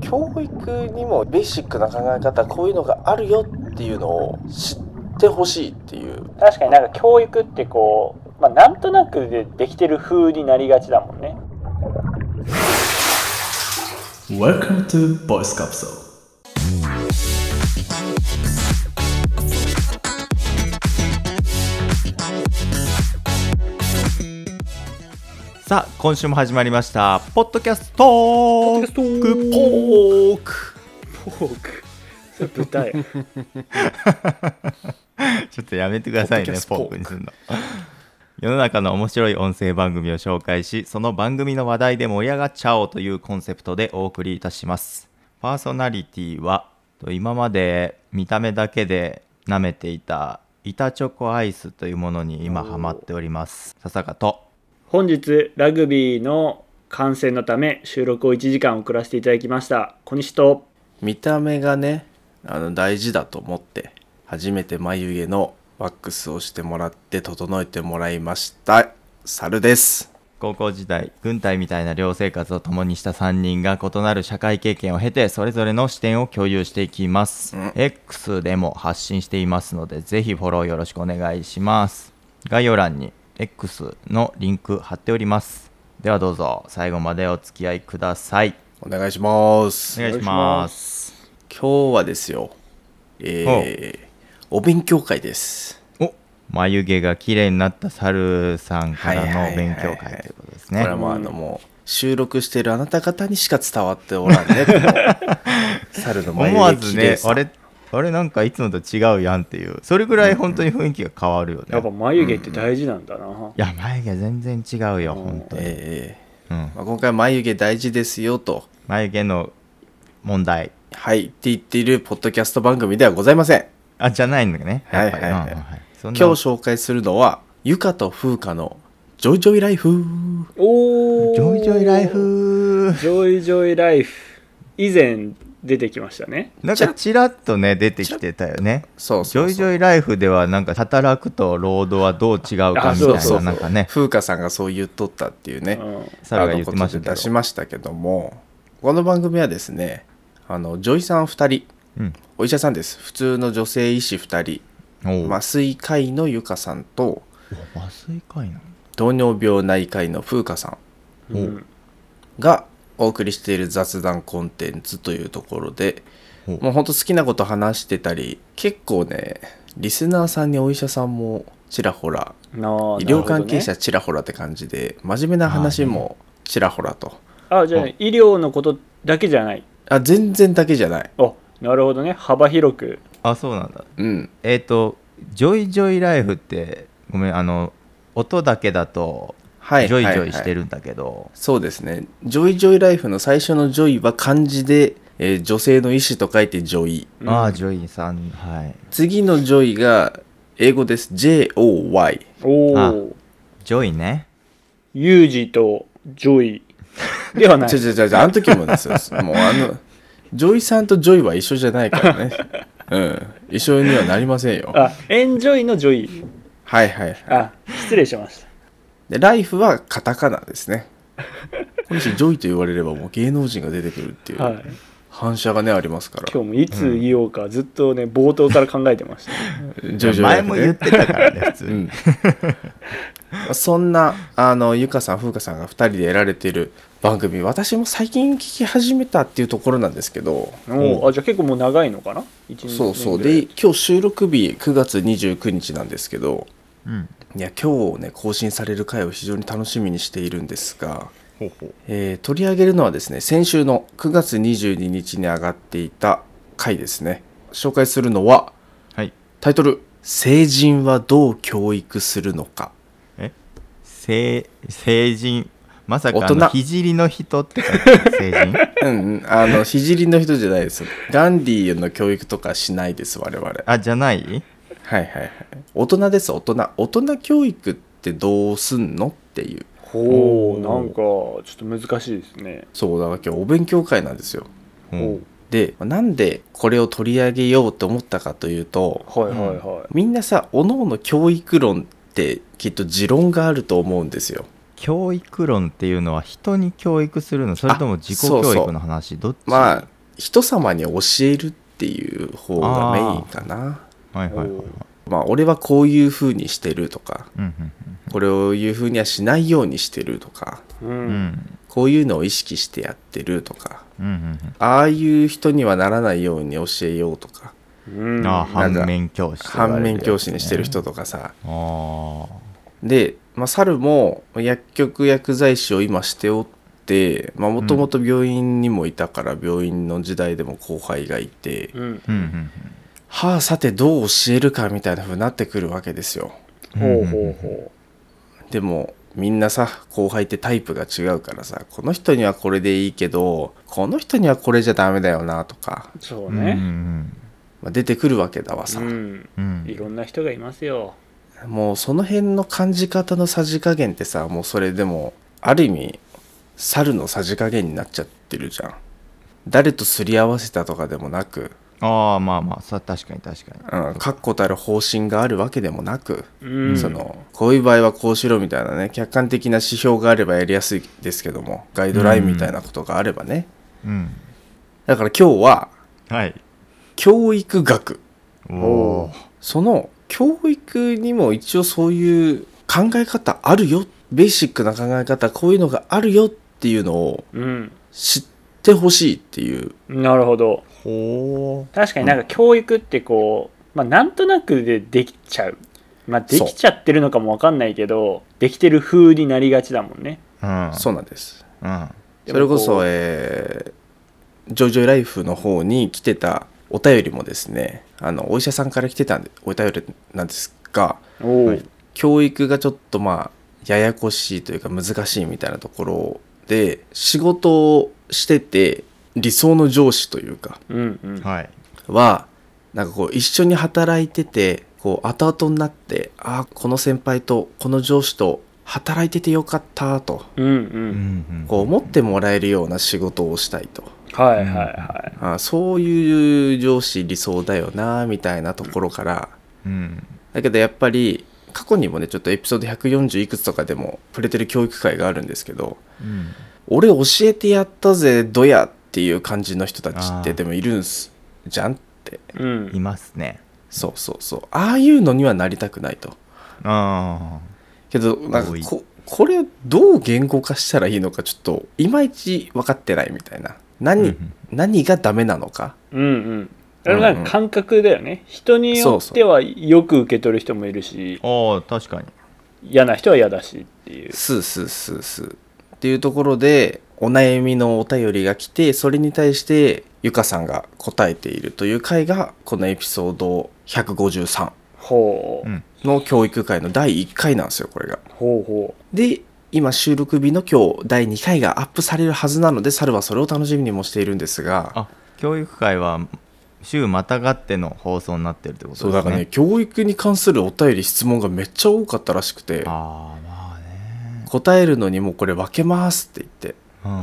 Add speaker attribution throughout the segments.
Speaker 1: 教育にもベーシックな考え方こういうのがあるよっていうのを知ってほしいっていう
Speaker 2: 確かになんか教育ってこう、まあ、なんとなくでできてる風になりがちだもんね
Speaker 3: Welcome to Voice Capsule.
Speaker 4: さあ今週も始まりましたポッドキャストトークポーク
Speaker 2: ポークそれ豚や
Speaker 4: ちょっとやめてくださいね
Speaker 1: ポッドキャスト
Speaker 4: ポ
Speaker 1: ポーク
Speaker 4: ークにするの世の中の面白い音声番組を紹介しその番組の話題で盛り上がっちゃおうというコンセプトでお送りいたしますパーソナリティはと今まで見た目だけで舐めていた板チョコアイスというものに今ハマっております笹香と
Speaker 2: 本日ラグビーの観戦のため収録を1時間遅らせていただきました小西と
Speaker 1: 見た目がねあの大事だと思って初めて眉毛のワックスをしてもらって整えてもらいました猿です
Speaker 4: 高校時代軍隊みたいな寮生活を共にした3人が異なる社会経験を経てそれぞれの視点を共有していきます、
Speaker 1: うん
Speaker 4: X でも発信していますのでぜひフォローよろしくお願いします概要欄に X のリンク貼っておりますではどうぞ最後までお付き合いください
Speaker 1: お願いします
Speaker 4: お願いします
Speaker 1: 今日はですよえー、お勉強会です
Speaker 4: お眉毛が綺麗になった猿さんから
Speaker 1: はいはいはいは
Speaker 4: の
Speaker 1: い
Speaker 4: 勉強会ということです
Speaker 1: こ
Speaker 4: ね、
Speaker 1: れはもうあのもう収録してるあなた方にしか伝わっておらん ねこの猿の眉毛
Speaker 4: 思わず
Speaker 1: 綺麗
Speaker 4: ね
Speaker 1: さ
Speaker 4: あれあれなんかいつもと違うやんっていうそれぐらい本当に雰囲気が変わるよね、
Speaker 2: やっぱ
Speaker 4: い
Speaker 2: 眉毛って大事なんだな、
Speaker 4: や眉毛全然違うよ本当に、
Speaker 1: えー
Speaker 4: うん、
Speaker 1: まあ、今回眉毛大事ですよと
Speaker 4: 眉毛の問題
Speaker 1: はいって言っているポッドキャスト番組ではございません
Speaker 4: あじゃないのねやっぱり
Speaker 1: はいはいはい
Speaker 4: うんうんはいそんな
Speaker 1: 今日紹介するのはゆかと風花のジョイジョイライフ
Speaker 2: おお
Speaker 4: ジョイジョイライフ
Speaker 2: ジョイジョイライフ以前出てきましたね
Speaker 4: なんかちらっとね出てきてたよね
Speaker 1: そう
Speaker 4: ジ
Speaker 1: そうそう
Speaker 4: ョイジョイライフではなんか働くと労働はどう違うか
Speaker 2: あ
Speaker 4: み
Speaker 2: そう
Speaker 4: たい
Speaker 2: そう
Speaker 4: ななんかね
Speaker 1: 風花さんがそう言っとったっていうね、
Speaker 2: うん
Speaker 4: サラが言ってま
Speaker 1: あ
Speaker 4: し
Speaker 1: のこと
Speaker 4: た
Speaker 1: で出
Speaker 4: け
Speaker 1: し
Speaker 4: ど
Speaker 1: ましたけどもこの番組はですねあの女医さん2人
Speaker 4: うん
Speaker 1: お医者さんです普通の女性医師2
Speaker 4: お
Speaker 1: 人
Speaker 4: う
Speaker 1: 麻酔科医のゆかさんと
Speaker 4: お麻酔科医なの
Speaker 1: 糖尿病内科医の風花さん
Speaker 4: お
Speaker 2: うん
Speaker 1: がお送りしている雑談コンテンツというところで
Speaker 4: お
Speaker 1: もうほんと好きなこと話してたり結構ねリスナーさんにお医者さんもちらほら
Speaker 2: なあ
Speaker 1: 医療関係
Speaker 2: なるほどね
Speaker 1: 者ちらほらって感じで真面目な話もちらほらと
Speaker 2: あじゃあ、
Speaker 4: うん
Speaker 2: 医療のことだけじゃない
Speaker 1: あ全然だけじゃない
Speaker 2: あなるほどね幅広く
Speaker 4: あそうなんだ
Speaker 1: うん
Speaker 4: えっ、と「ジョイジョイライフ」ってごめんあの音だけだとジ
Speaker 1: は
Speaker 4: ョ
Speaker 1: い
Speaker 4: イジ
Speaker 1: はい
Speaker 4: ョ
Speaker 1: はい
Speaker 4: イしてるんだけど、
Speaker 1: そうですねジョイジョイライフの最初のジョイは漢字で、えー女性の医師と書いてジョイ
Speaker 2: うん
Speaker 4: ああジョイさんはい
Speaker 1: 次のジョイが英語です JOY
Speaker 2: お
Speaker 4: あ
Speaker 2: お
Speaker 4: ジョイね
Speaker 2: ユージとジョイではない
Speaker 1: 違う違う違うあの時もですよもうあのジョイさんとジョイは一緒じゃないからねうん一緒にはなりませんよ
Speaker 2: あエンジョイのジョイ
Speaker 1: はいはいはい
Speaker 2: あ失礼しました
Speaker 1: でライフはカタカナですねこの人ジョイと言われればもう芸能人が出てくるってい
Speaker 2: はいう
Speaker 1: 反射がねありますから
Speaker 2: 今日もいつ言おうかずっとね冒頭から考えてました
Speaker 1: ジョイジョイラ
Speaker 4: 前
Speaker 1: イフ
Speaker 4: も
Speaker 1: ね
Speaker 4: 言っ てたからね普通
Speaker 1: う
Speaker 4: に、
Speaker 1: んそんなあのゆかさん風花さんが2人でやられてる番組私も最近聞き始めたっていうところなんですけど
Speaker 2: おーあじゃあ結構もう長いのかな一
Speaker 1: そうそう
Speaker 2: 二
Speaker 1: で
Speaker 2: 年
Speaker 1: 今日収録日9月29日なんですけど
Speaker 4: うん
Speaker 1: いや今日ね更新される回を非常に楽しみにしているんですが、
Speaker 4: ほうほう
Speaker 1: えー取り上げるのはですね先週の9月22日に上がっていた回ですね紹介するのは
Speaker 4: はい
Speaker 1: タイトル「成人はどう教育するのか
Speaker 4: え成成人まさかあ
Speaker 1: 大人」
Speaker 4: の「ひじりの人」って書いてある成人」
Speaker 1: うんうんあのひじりの人じゃないですガンディーの教育とかしないです我々はい
Speaker 4: あじゃない
Speaker 1: はいはい大人です大人大人教育ってどうすんのっていう
Speaker 2: ほうなんかちょっと難しいですね
Speaker 1: そうだから今日お勉強会なんですよ
Speaker 4: う
Speaker 2: お
Speaker 4: ん
Speaker 1: でなんでこれを取り上げようと思ったかというと
Speaker 2: はいはいは
Speaker 1: みんなさおのおの教育論ってきっと持論があると思うんですよ
Speaker 4: 教育論っていうのは人に教育するのそれとも自己
Speaker 1: あそうそう
Speaker 4: 教育の話どっち
Speaker 1: まあ人様に教えるっていう方がメインかな
Speaker 4: はいはいはいはい
Speaker 2: おー
Speaker 1: まあ俺はこういう風にしてるとか
Speaker 4: うんうん
Speaker 1: これをいう風にはしないようにしてるとか
Speaker 2: う。
Speaker 4: うんん
Speaker 1: こういうのを意識してやってるとか
Speaker 4: うんうん
Speaker 1: ああいう人にはならないように教えようとか
Speaker 2: う。
Speaker 4: うんんああ
Speaker 1: な
Speaker 4: 反
Speaker 1: んか
Speaker 4: 面教師と言わ
Speaker 1: 反
Speaker 4: れるやつね
Speaker 1: 面教師にしてる人とかさ
Speaker 4: あー
Speaker 1: で、まあ、猿も薬局薬剤師を今しておってもともと病院にもいたから病院の時代でも後輩がいて、
Speaker 2: うん。
Speaker 4: うんうん
Speaker 1: はあさてどう教えるかみたいな風になってくるわけですよ
Speaker 2: ほうほうほ
Speaker 1: でもみんなさ後輩ってタイプが違うからさこの人にはこれでいいけどこの人にはこれじゃダメだよなとか、
Speaker 2: う。そううん
Speaker 4: うん
Speaker 2: ね。
Speaker 1: まあ出てくるわけだわさ、
Speaker 2: うん。
Speaker 4: うんうん
Speaker 2: いろんな人がいますよ。
Speaker 1: もうその辺の感じ方のさじ加減ってさもうそれでもある意味猿のさじ加減になっちゃってるじゃん誰とすり合わせたとかでもなく、
Speaker 4: ああまあまあさ確かに確かに
Speaker 1: うん、確固たる方針があるわけでもなく、
Speaker 2: うん。
Speaker 1: そのこういう場合はこうしろみたいなね客観的な指標があればやりやすいですけどもガイドラインみたいなことがあればね、
Speaker 4: うん
Speaker 1: だから今日は
Speaker 4: はい
Speaker 1: 教育学
Speaker 4: お
Speaker 2: お
Speaker 4: お
Speaker 2: ー
Speaker 1: その教育にも一応そういう考え方あるよベーシックな考え方こういうのがあるよっていうのを
Speaker 2: うん。
Speaker 1: 知ってほしいっていう
Speaker 2: なるほど。
Speaker 4: ほ
Speaker 2: 確かになんか教育ってこう、まあなんとなくでできちゃう。まあできちゃってるのかもわかんないけど、できてる風になりがちだもんね。
Speaker 4: ううん
Speaker 1: そうなんです
Speaker 4: うん
Speaker 1: そ
Speaker 2: でも
Speaker 1: れこ
Speaker 2: こ
Speaker 1: そうえージョジョライフの方に来てたお便りもですねあのお医者さんから来てたんでお便りなんですが
Speaker 2: おお。
Speaker 1: 教育がちょっとまあややこしいというか難しいみたいなところで仕事をしてて理想の上司というか
Speaker 2: うんうん。
Speaker 4: はい
Speaker 1: はなんかこう一緒に働いててこう後々になってああこの先輩とこの上司と働いててよかったと
Speaker 2: うんう。
Speaker 4: うんん
Speaker 1: こう思ってもらえるような仕事をしたいと
Speaker 2: はいはいはい。
Speaker 1: ああそういう上司理想だよなみたいなところから
Speaker 4: うん
Speaker 1: だけどやっぱり過去にもねちょっとエピソード140いくつとかでも触れてる教育会があるんですけど
Speaker 4: うん
Speaker 1: 俺教えてやったぜどやっていう感じの人たちっ
Speaker 4: あー
Speaker 1: てでもいるんすじゃんって
Speaker 2: うん
Speaker 4: いますね
Speaker 1: そうそうそうああいうのにはなりたくないと
Speaker 4: あ
Speaker 1: けどなん
Speaker 4: 多い
Speaker 1: かここれをどう言語化したらいいのかちょっといまいち分かってないみたいな何,、
Speaker 4: うんうん
Speaker 1: 何がダメなのか
Speaker 2: うんうんあれもなんか感覚だよね人によってはよく受け取る人もいるし
Speaker 4: あああ確かに
Speaker 2: 嫌な人は嫌だしっていう
Speaker 1: スースースースーっていうところでお悩みのお便りが来てそれに対してゆかさんが答えているという回がこのエピソード153
Speaker 2: ほう、
Speaker 4: うん
Speaker 1: の教育会の第1回なんですよこれが。
Speaker 2: ほうほ
Speaker 1: で今収録日の今日第2回がアップされるはずなので猿はそれを楽しみにもしているんですが
Speaker 4: あ教育会は週またがっての放送になってるってことです
Speaker 1: そ
Speaker 4: ね
Speaker 1: うだからね教育に関するお便り質問がめっちゃ多かったらしくて
Speaker 4: ああまあね
Speaker 1: 答えるのにもうこれ分けますって言って
Speaker 2: う
Speaker 4: うん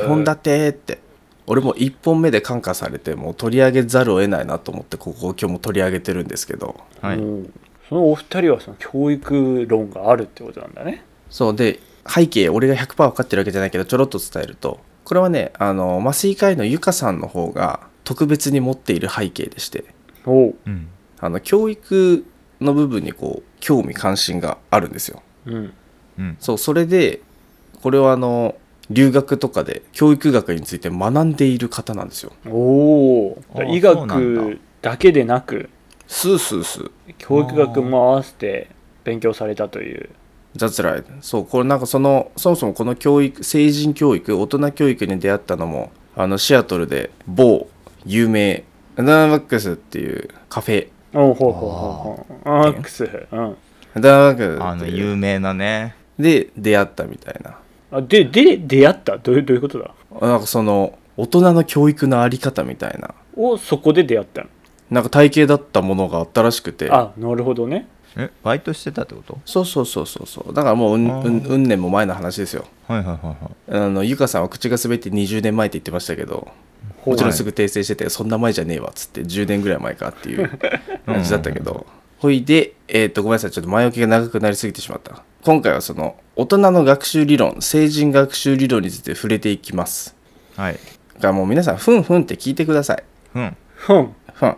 Speaker 2: へ
Speaker 1: 2本立てって俺も1本目で感化されてもう取り上げざるを得ないなと思ってここを今日も取り上げてるんですけど
Speaker 2: え、
Speaker 4: はい
Speaker 2: うんそのお二人はその教育論があるってことなんだね
Speaker 1: そうで背景俺が100%分かってるわけじゃないけどちょろっと伝えるとこれはねあの麻酔科医のゆかさんの方が特別に持っている背景でして
Speaker 2: ほう
Speaker 4: うん
Speaker 1: あの教育の部分にこう興味関心があるんですよ
Speaker 2: うん
Speaker 4: うん
Speaker 1: そうそれでこれはあの留学とかで教育学について学んでいる方なんですよ
Speaker 2: お
Speaker 4: ああ
Speaker 2: お医
Speaker 4: そうなんだ
Speaker 2: 学だけでなく
Speaker 1: スースースー
Speaker 2: 教育学も合わせて勉強されたという
Speaker 1: 雑らいそうこれなんかそのそもそもこの教育成人教育大人教育に出会ったのもあのシアトルで某有名ダナワックスっていうカフェ
Speaker 2: おうほうほうほうほうあークスうん
Speaker 1: ダナワックス
Speaker 4: あ
Speaker 1: って
Speaker 4: の
Speaker 1: いう
Speaker 4: 有名なね
Speaker 1: で出会ったみたいな
Speaker 2: あでで出会ったどういうどういうことだ
Speaker 1: なんかその大人の教育のあり方みたいな
Speaker 2: をそこで出会ったの
Speaker 1: なんか体系だったものがあったらしくて
Speaker 2: あなるほどね
Speaker 4: えバイトしてたってこと
Speaker 1: そうそうそうそうそうだからもううん
Speaker 4: あー
Speaker 1: うんうん年も前の話ですよ
Speaker 4: はいはいはいはい
Speaker 1: あのゆかさんは口が滑って20年前って言ってましたけど
Speaker 2: ほう
Speaker 1: もちろんすぐ訂正してて、そんな前じゃねえわっつって10年ぐらい前かって いう感じだったけどほいで、えっとごめんなさいちょっと前置きが長くなりすぎてしまった今回はその大人の学習理論成人学習理論について触れていきます
Speaker 4: はい
Speaker 1: からもう皆さんふんふんって聞いてください
Speaker 4: うん
Speaker 2: ふん
Speaker 1: ふん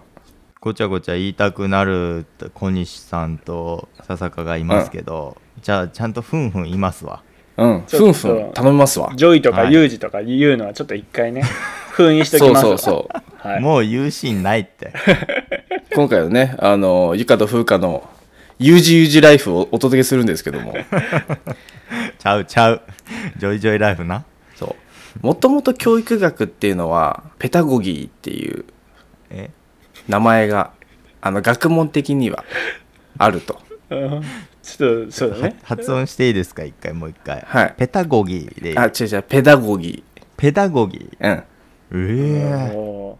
Speaker 4: ごちゃごちゃ言いたくなる小西さんと笹香がいますけど、じゃあちゃんとふんふんいますわ
Speaker 1: うん
Speaker 2: ち
Speaker 1: ふ
Speaker 2: ょっと
Speaker 1: んふん頼みますわ
Speaker 2: ジョイとか
Speaker 4: はい
Speaker 2: ユージとか言うのはちょっと一回ね封印しとき
Speaker 1: そう
Speaker 2: ます
Speaker 1: そうそう
Speaker 2: はい
Speaker 4: もう言うシーンな いって。
Speaker 1: う今回はねあのゆかと風花のゆうじゆうじライフをお届けするんですけども
Speaker 4: ちゃうちゃう。ジョイジョイライフな。
Speaker 1: そうもともと教育学っていうのはペタゴギーっていう
Speaker 4: え
Speaker 1: 名前があの学問的にはあると
Speaker 2: うんちょっとそうだね
Speaker 4: 発音していいですか一回もう一回。
Speaker 1: はい
Speaker 4: ペタゴギーでいい
Speaker 1: あ違う違うペダゴギ
Speaker 4: ペタゴギー。
Speaker 1: ーうん
Speaker 4: ええ
Speaker 2: も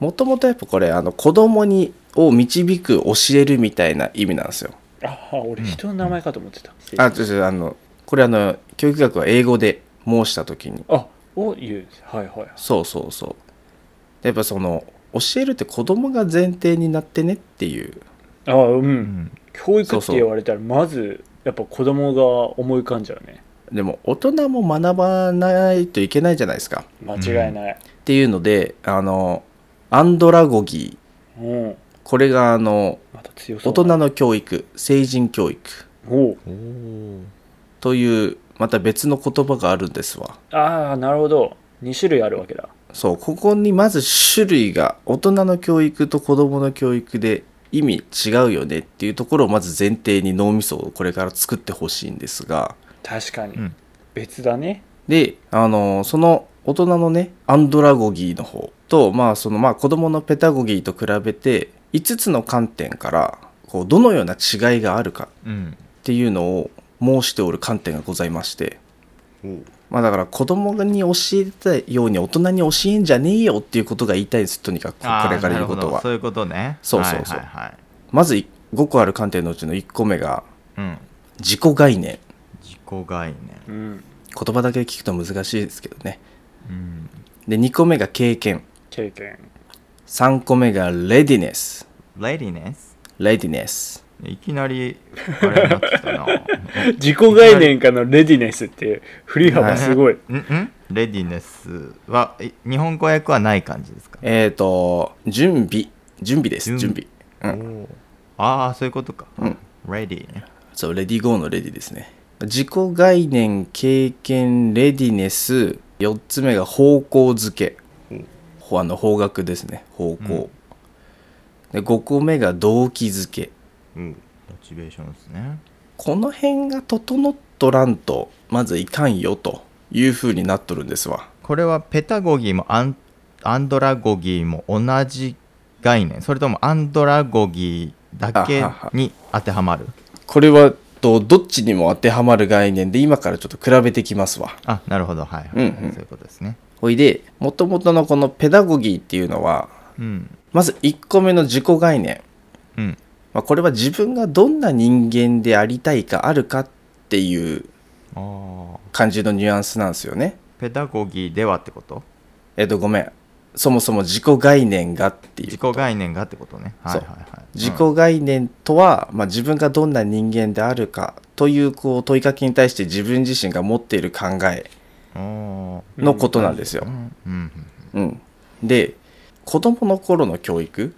Speaker 1: もともとやっぱこれあの子供にを導く教えるみたいな意味なんですよ
Speaker 2: うああ俺人の名前かと思ってた
Speaker 1: あちょちょあのこれあの教育学は英語で申した時に
Speaker 2: あを言うはいはい
Speaker 1: そうそうそうやっぱその教えるって子供が前提になってねっていう
Speaker 2: ああうん、
Speaker 4: うん。
Speaker 2: 教育
Speaker 1: そう
Speaker 2: っ
Speaker 1: そ
Speaker 2: て
Speaker 1: う
Speaker 2: 言われたらまずやっぱ子供が思い浮かんじゃうね
Speaker 1: でも大人も学ばないといけないじゃないですか
Speaker 2: 間違いない、
Speaker 1: っていうのであのアンドラゴギー
Speaker 2: うん
Speaker 1: これがあの
Speaker 2: また強そ
Speaker 1: 大
Speaker 2: うだ
Speaker 1: 人の教育成人教育
Speaker 2: おう
Speaker 4: おー
Speaker 1: というまた別の言葉があるんですわ
Speaker 2: ああなるほど2種類あるわけだ
Speaker 1: そうここにまず種類が大人の教育と子どもの教育で意味違うよねっていうところをまず前提に脳みそをこれから作ってほしいんですが
Speaker 2: 確かに、
Speaker 4: うん
Speaker 2: 別だね
Speaker 1: であのその大人のねアンドラゴギーの方とまあそのまあ子どものペタゴギーと比べて5つの観点からこうどのような違いがあるか
Speaker 4: うん。
Speaker 1: っていうのを申しておる観点がございまして、まあ、だから子供に教えてたように大人に教えんじゃねえよっていうことが言いたいんですとにかくこ
Speaker 4: あー
Speaker 1: れから言うこと
Speaker 4: なるほど
Speaker 1: は
Speaker 4: そういうことね。
Speaker 1: そうそうそう
Speaker 4: はいはいはい
Speaker 1: まず5個ある観点のうちの1個目が
Speaker 4: うん。
Speaker 1: 自己概念
Speaker 4: 自己概念。
Speaker 2: うん
Speaker 1: 言葉だけ聞くと難しいですけどね
Speaker 4: うん。
Speaker 1: で2個目が経験
Speaker 2: 経験
Speaker 1: 3個目がレディネス
Speaker 4: レディネス
Speaker 1: レディネス
Speaker 4: いきなり、あれになってきたな。
Speaker 2: 自己概念からのレディネスっていう振り幅 すごい、
Speaker 4: うんうんレディネスは、え日本語訳はない感じですか
Speaker 1: えっ、ー、と準備準備です準
Speaker 4: 準
Speaker 1: 備
Speaker 4: 備
Speaker 1: うん、
Speaker 4: ああ、そういうことか。
Speaker 1: うん。
Speaker 4: レディね。
Speaker 1: そうレディーゴーのレディですね自己概念経験レディネス4つ目が方向づけ、ほあの方角ですね方向、で5個目が動機づけ
Speaker 4: モチベーションですね。
Speaker 1: この辺が整っとらんとまずいかんよというふうになっとるんですわ
Speaker 4: これはペタゴギーもアンアンドラゴギーも同じ概念それともアンドラゴギーだけ
Speaker 1: あはは
Speaker 4: に当てはまる
Speaker 1: これはとどっちにも当てはまる概念で今からちょっと比べてきますわ
Speaker 4: あなるほどはい、はい
Speaker 1: うんうん
Speaker 4: そういうことですね
Speaker 1: ほいでもともとのこのペダゴギーっていうのは
Speaker 4: うん
Speaker 1: まず1個目の自己概念
Speaker 4: うん
Speaker 1: まあ、これは自分がどんな人間でありたいかあるかっていう
Speaker 4: あー
Speaker 1: 感じのニュアンスなんですよね。
Speaker 4: ペダゴギーではってこと
Speaker 1: えっとごめんそもそも自己概念がっていう
Speaker 4: 自己概念がってことねはい
Speaker 1: そう
Speaker 4: はいはい
Speaker 1: 自己概念とは、まあ、自分がどんな人間であるかというこう問いかけに対して自分自身が持っている考え
Speaker 4: うんおー
Speaker 1: のことなんですよ
Speaker 4: う。んうん
Speaker 1: うん、で子どもの頃の教育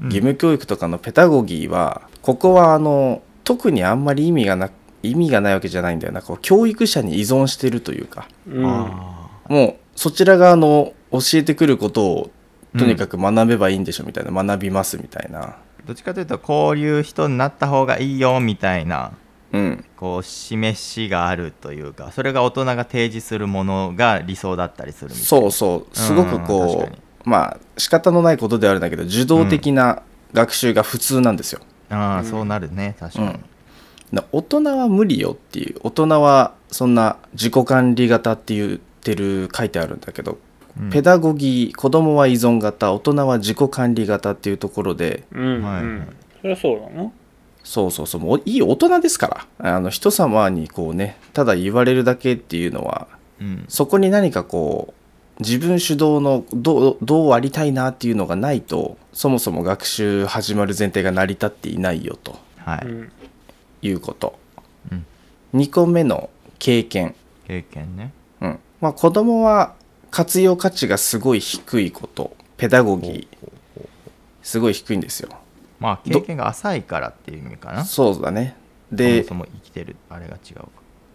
Speaker 4: うん
Speaker 1: 義務教育とかのペタゴギーは、ここはあの特にあんまり意味がな意味がないわけじゃないんだよなこう教育者に依存してるというか
Speaker 2: うん
Speaker 4: あ
Speaker 1: もうそちら側の教えてくることをとにかく学べばいいんでしょみたいな、学びますみたいな、
Speaker 4: ーどっちかというとこういう人になった方がいいよみたいな
Speaker 1: うん、
Speaker 4: こう示しがあるというかそれが大人が提示するものが理想だったりするみたいな
Speaker 1: そうそうすごく
Speaker 4: うん確
Speaker 1: こ
Speaker 4: かに
Speaker 1: うまあ仕方のないことではあるんだけど受動的な学習が普通なんですよ、
Speaker 4: ああ、
Speaker 2: うん
Speaker 4: そうなるね確かに、
Speaker 1: な大人は無理よっていう大人はそんな自己管理型って言ってる書いてあるんだけど、
Speaker 4: うん
Speaker 1: ペダゴギー子供は依存型大人は自己管理型っていうところで
Speaker 2: うん、
Speaker 4: はいはい
Speaker 2: うんそりゃそうだな
Speaker 1: そうそうそうもういい大人ですからあの人様にこうねただ言われるだけっていうのは
Speaker 4: うん
Speaker 1: そこに何かこう自分主導のどうどうありたいなっていうのがないとそもそも学習始まる前提が成り立っていないよと
Speaker 4: はい、
Speaker 2: うん
Speaker 1: いうこと、
Speaker 4: うん
Speaker 1: 2個目の経験、
Speaker 4: 経験ね
Speaker 1: うんまあ、子供は活用価値がすごい低いことペダゴギーすごい低いんですよ
Speaker 4: まあ経験が浅いからっていう意味かなそ
Speaker 1: そうだね
Speaker 4: も
Speaker 1: で
Speaker 4: そも生きてるあれが違うか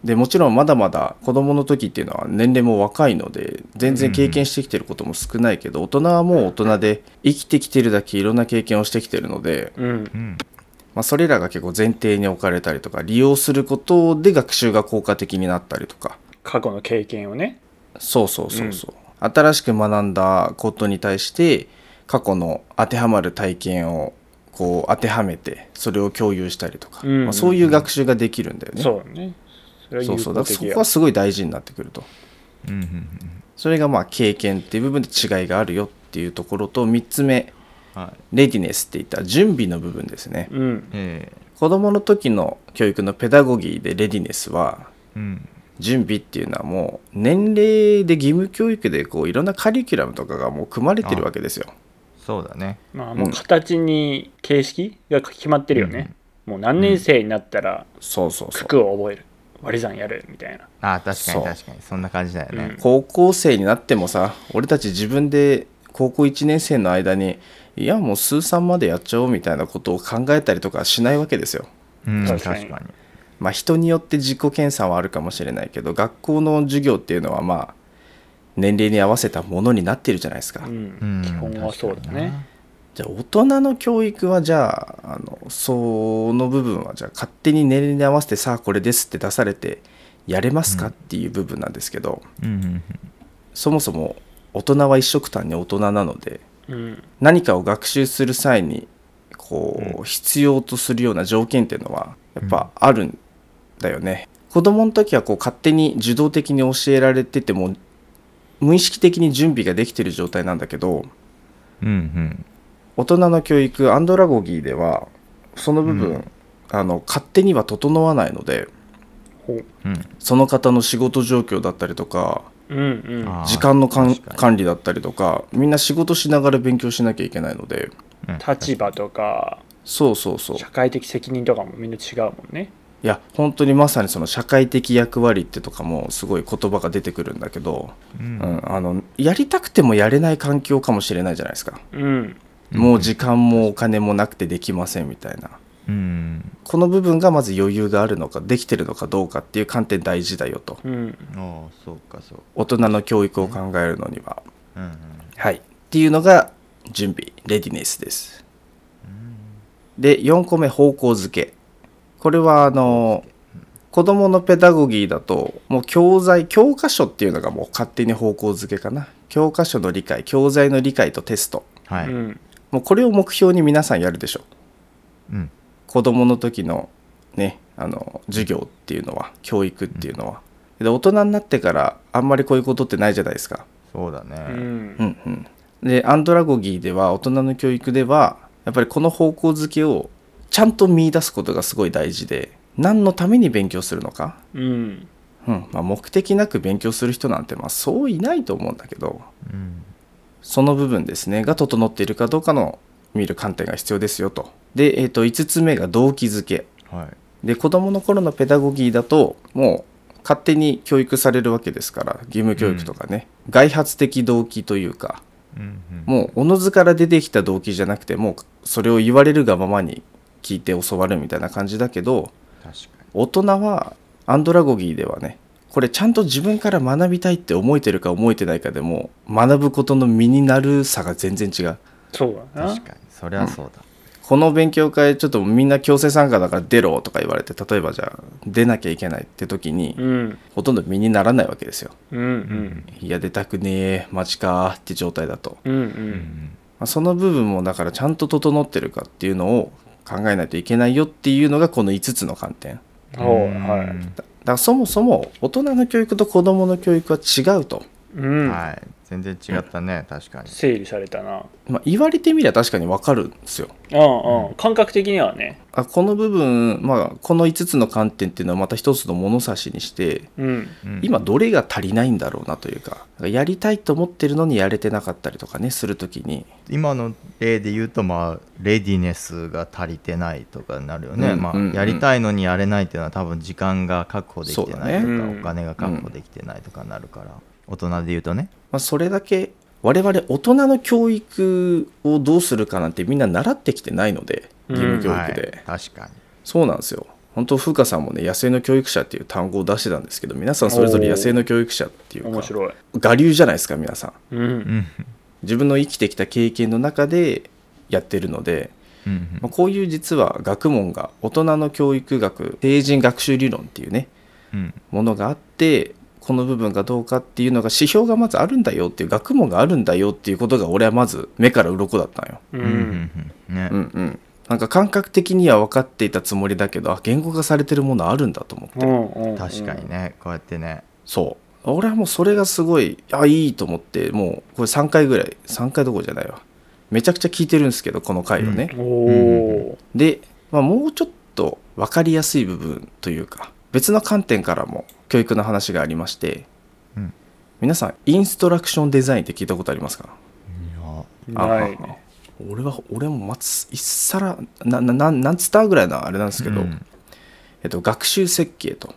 Speaker 1: でもちろんまだまだ子供の時っていうのは年齢も若いので全然経験してきてることも少ないけど、大人はもう大人で生きてきてるだけいろんな経験をしてきてるので、
Speaker 2: うん
Speaker 4: う。ん
Speaker 1: まあ、それらが結構前提に置かれたりとか利用することで学習が効果的になったりとか
Speaker 2: 過去の経験をね。
Speaker 1: そうそうそうそう、新しく学んだことに対して過去の当てはまる体験をこう当てはめてそれを共有したりとか、
Speaker 2: うんうんうん
Speaker 1: まあ、そういう学習ができるんだよね。
Speaker 2: そうだね。それは
Speaker 1: そ
Speaker 2: 有
Speaker 1: うそうだ
Speaker 2: 効
Speaker 1: から
Speaker 2: 的
Speaker 1: そこ
Speaker 2: や
Speaker 1: はすごい大事になってくると。
Speaker 4: うんうんうん
Speaker 1: それがまあ経験っていう部分で違いがあるよっていうところと3つ目
Speaker 4: はい
Speaker 1: レディネスって言った準備の部分ですね
Speaker 2: うん。
Speaker 4: え
Speaker 1: 子どもの時の教育のペダゴギーでレディネスは
Speaker 4: えうん
Speaker 1: 準備っていうのはもう年齢で義務教育でこういろんなカリキュラムとかがもう組まれてるわけですよ
Speaker 4: そうだね
Speaker 2: まあもう形に形式が決まってるよね。もう何年生になったら
Speaker 1: そうそうそう
Speaker 2: 服を覚える。割り算やるみたいな。
Speaker 4: ああ確か
Speaker 1: そう
Speaker 4: に確かにそんな感じだよね
Speaker 1: 高校生になってもさ俺たち自分で高校1年生の間にいやもう数三までやっちゃおうみたいなことを考えたりとかしないわけですよ
Speaker 4: うん確
Speaker 2: 確
Speaker 4: か
Speaker 2: か
Speaker 4: に
Speaker 2: に
Speaker 1: まあ、人によって自己検査はあるかもしれないけど学校の授業っていうのはまあ年齢に合わせたものになってるじゃないですか、
Speaker 2: うん。基本はそうだね。
Speaker 1: じゃあ大人の教育はじゃああのその部分はじゃあ勝手に年齢に合わせてさあこれですって出されてやれますかっていう部分なんですけど、
Speaker 4: うんうんうん
Speaker 1: そもそも大人は一色単に大人なので
Speaker 2: うん。
Speaker 1: 何かを学習する際にこう、必要とするような条件っていうのはやっぱあるんだよね。子供の時はこう勝手に受動的に教えられてても無意識的に準備ができてる状態なんだけど
Speaker 4: うんうん
Speaker 1: 大人の教育アンドラゴギーではその部分、
Speaker 4: うん
Speaker 1: あの勝手には整わないので
Speaker 2: ほう。
Speaker 4: うん
Speaker 1: その方の仕事状況だったりとか
Speaker 2: うんうん。
Speaker 4: あー
Speaker 1: 時間のかん
Speaker 4: 確かに
Speaker 1: 管理だったりとかみんな仕事しながら勉強しなきゃいけないので
Speaker 4: うん
Speaker 2: 立場とか
Speaker 1: そうそうそう
Speaker 2: 社会的責任とかもみんな違うもんね。
Speaker 1: いや本当にまさにその社会的役割ってとかもすごい言葉が出てくるんだけど、
Speaker 4: う
Speaker 1: うんんあのやりたくてもやれない環境かもしれないじゃないですか、
Speaker 2: うん。
Speaker 4: うん
Speaker 1: もう時間もお金もなくてできませんみたいな
Speaker 4: うん
Speaker 1: この部分がまず余裕があるのかできてるのかどうかっていう観点大事だよと
Speaker 2: うん。
Speaker 4: ああそうかそうか
Speaker 1: 大人の教育を考えるのには、
Speaker 4: うんうん
Speaker 1: はいっていうのが準備レディネスですで4個目方向づけこれはあの子どものペダゴギーだともう教材教科書っていうのがもう勝手に方向づけかな教科書の理解教材の理解とテスト
Speaker 4: はい
Speaker 2: うん。
Speaker 1: もうこれを目標に皆さんやるでしょ
Speaker 4: うん
Speaker 1: 子どもの時のねあの授業っていうのは教育っていうのは、で大人になってからあんまりこういうことってないじゃないですか
Speaker 4: そうだ
Speaker 2: う
Speaker 4: ね
Speaker 2: ん
Speaker 1: う。んうん、でアンドラゴギーでは大人の教育ではやっぱりこの方向づけをちゃんと見出すことがすごい大事で何のために勉強するのか、
Speaker 2: うん。
Speaker 1: うんまあ、目的なく勉強する人なんてまあそういないと思うんだけど
Speaker 4: うん
Speaker 1: その部分ですねが整っているかどうかの見る観点が必要ですよと。で、えー、と5つ目が動機づけ
Speaker 4: はい
Speaker 1: で子どもの頃のペダゴギーだともう勝手に教育されるわけですから義務教育とかね、外発的動機というか
Speaker 4: うんうん
Speaker 1: もうおのずから出てきた動機じゃなくてもうそれを言われるがままに聞いて教わるみたいな感じだけど
Speaker 4: 確か
Speaker 1: 大人はアンドラゴギーではねこれちゃんと自分から学びたいって思えてるか思えてないかでも学ぶことの身になるさが全然違う
Speaker 2: そうだ
Speaker 4: に
Speaker 2: な
Speaker 4: 確。かにそりゃそうだ
Speaker 1: この勉強会ちょっとみんな強制参加だから出ろとか言われて例えばじゃあ出なきゃいけないって時に
Speaker 2: うん。
Speaker 1: ほとんど身にならないわけですよ
Speaker 2: うんうん。
Speaker 1: いや出たくねえマジかーって状態だと
Speaker 2: うんう。
Speaker 4: うんん
Speaker 1: まあその部分もだからちゃんと整ってるかっていうのを考えないといけないよっていうのがこの5つの観点だか
Speaker 2: そうは
Speaker 1: らそもそも大人の教育と子どもの教育は違うと、
Speaker 2: い。うん。
Speaker 4: はい全然違ったね確かに
Speaker 2: 整理されたな。あ
Speaker 1: まあ、言われてみりゃ確かに分かるんですよ
Speaker 2: あ、うん、感覚的にはね。
Speaker 1: あこの部分、まあ、この5つの観点っていうのはまた一つの物差しにして
Speaker 2: うん。
Speaker 4: うん
Speaker 1: 今どれが足りないんだろうなというかやりたいと思ってるのにやれてなかったりとかねするときに
Speaker 4: 今の例で言うとまあレディネスが足りてないとかになるよね、
Speaker 1: うん
Speaker 4: まあ
Speaker 1: うん
Speaker 4: やりたいのにやれないっていうのは多分時間が確保できてないとか、
Speaker 1: そう
Speaker 2: だね
Speaker 4: お金が確保できてないとかになるから、大人で言うとね
Speaker 1: まあ、それだけ我々大人の教育をどうするかなんてみんな習ってきてないので
Speaker 2: うん
Speaker 1: 義務教育で、
Speaker 4: はい、確かに
Speaker 1: そうなんですよ本当風花さんもね野生の教育者っていう単語を出してたんですけど皆さんそれぞれ野生の教育者っていうか
Speaker 2: 面白い。
Speaker 1: 我流じゃないですか皆さん
Speaker 2: うん。
Speaker 4: うん
Speaker 1: 自分の生きてきた経験の中でやってるので、
Speaker 4: うん
Speaker 1: まあ、こういう実は学問が大人の教育学成人学習理論っていうね
Speaker 4: うん
Speaker 1: ものがあってこの部分がどうかっていうのが指標がまずあるんだよっていう学問があるんだよっていうことが俺はまず目から鱗だったんよ。
Speaker 2: う
Speaker 4: うんうん
Speaker 2: ん。
Speaker 4: うんね
Speaker 1: うんうん、なんか感覚的には分かっていたつもりだけどあ言語化されてるものあるんだと思って、
Speaker 2: うん。
Speaker 4: 確かに
Speaker 2: ね。
Speaker 4: ねこうやってね
Speaker 1: そう俺はもうそれがすごいあいいと思ってもうこれ3回ぐらい3回どころじゃないわめちゃくちゃ聞いてるんですけどこの回をね、
Speaker 2: おお。
Speaker 1: で、まあ、もうちょっと分かりやすい部分というか別の観点からも教育の話がありまして、
Speaker 4: うん
Speaker 1: 皆さんインストラクションデザインって聞いたことありますか
Speaker 4: いや
Speaker 2: な
Speaker 1: あ
Speaker 2: いね。
Speaker 1: 俺は俺もまつ一さらななななんつったぐらいのあれなんですけど、
Speaker 4: うん
Speaker 1: えっと、学習設計と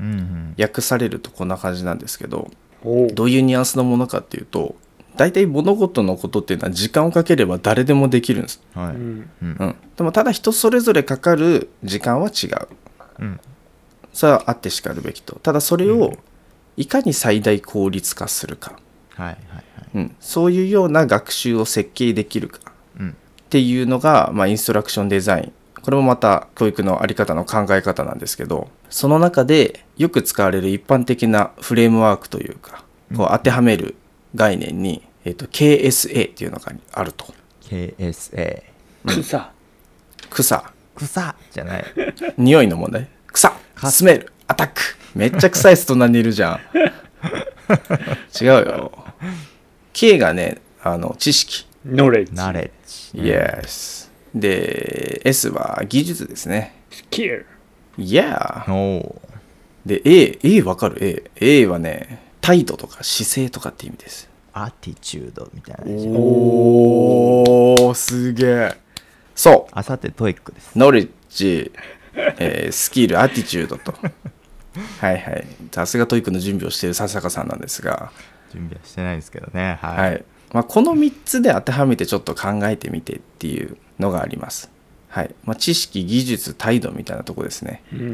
Speaker 4: うんうん
Speaker 1: 訳されるとこんな感じなんですけど
Speaker 2: おお。
Speaker 1: どういうニュアンスのものかっていうと大体物事のことっていうのは時間をかければ誰でもできるんです、
Speaker 2: う
Speaker 4: はい
Speaker 2: ん。
Speaker 4: うん
Speaker 1: うん、でもただ人それぞれかかる時間は違う
Speaker 4: うん
Speaker 1: それはあってしかるべきとただそれ
Speaker 4: う
Speaker 1: を
Speaker 4: ん
Speaker 1: いかに最大効率化するか、
Speaker 4: はいはいはい
Speaker 1: うん、そういうような学習を設計できるか
Speaker 4: うん
Speaker 1: っていうのが、まあ、インストラクションデザインこれもまた教育のあり方の考え方なんですけどその中でよく使われる一般的なフレームワークというかこう当てはめる概念に、えっと KSA っていうのがあると
Speaker 4: KSA
Speaker 2: 草。
Speaker 1: 草
Speaker 4: 草じ ゃない
Speaker 1: 匂いの問題草
Speaker 4: か
Speaker 1: スメルアタックめっちゃ臭い人何人いるじゃん違うよ K がねあの知識
Speaker 2: ノレッジ。
Speaker 4: ナレッジ
Speaker 1: Yes で S は技術ですね
Speaker 2: スキル。
Speaker 1: Yeah
Speaker 4: おお
Speaker 1: で A, A わかる A, A はね態度とか姿勢とかって意味です
Speaker 4: アティチュードみたいな
Speaker 1: おおすげえそ
Speaker 4: あさてトイックです
Speaker 1: うノレッジ、えースキルアティチュードとはいはいさすがトイックの準備をしている笹坂さんなんですが、
Speaker 4: 準備はしてないんですけどねはい、
Speaker 1: はいまあ、この3つで当てはめてちょっと考えてみてっていうのがあります、はいまあ、知識技術態度みたいなとこですね
Speaker 2: う。
Speaker 4: うんー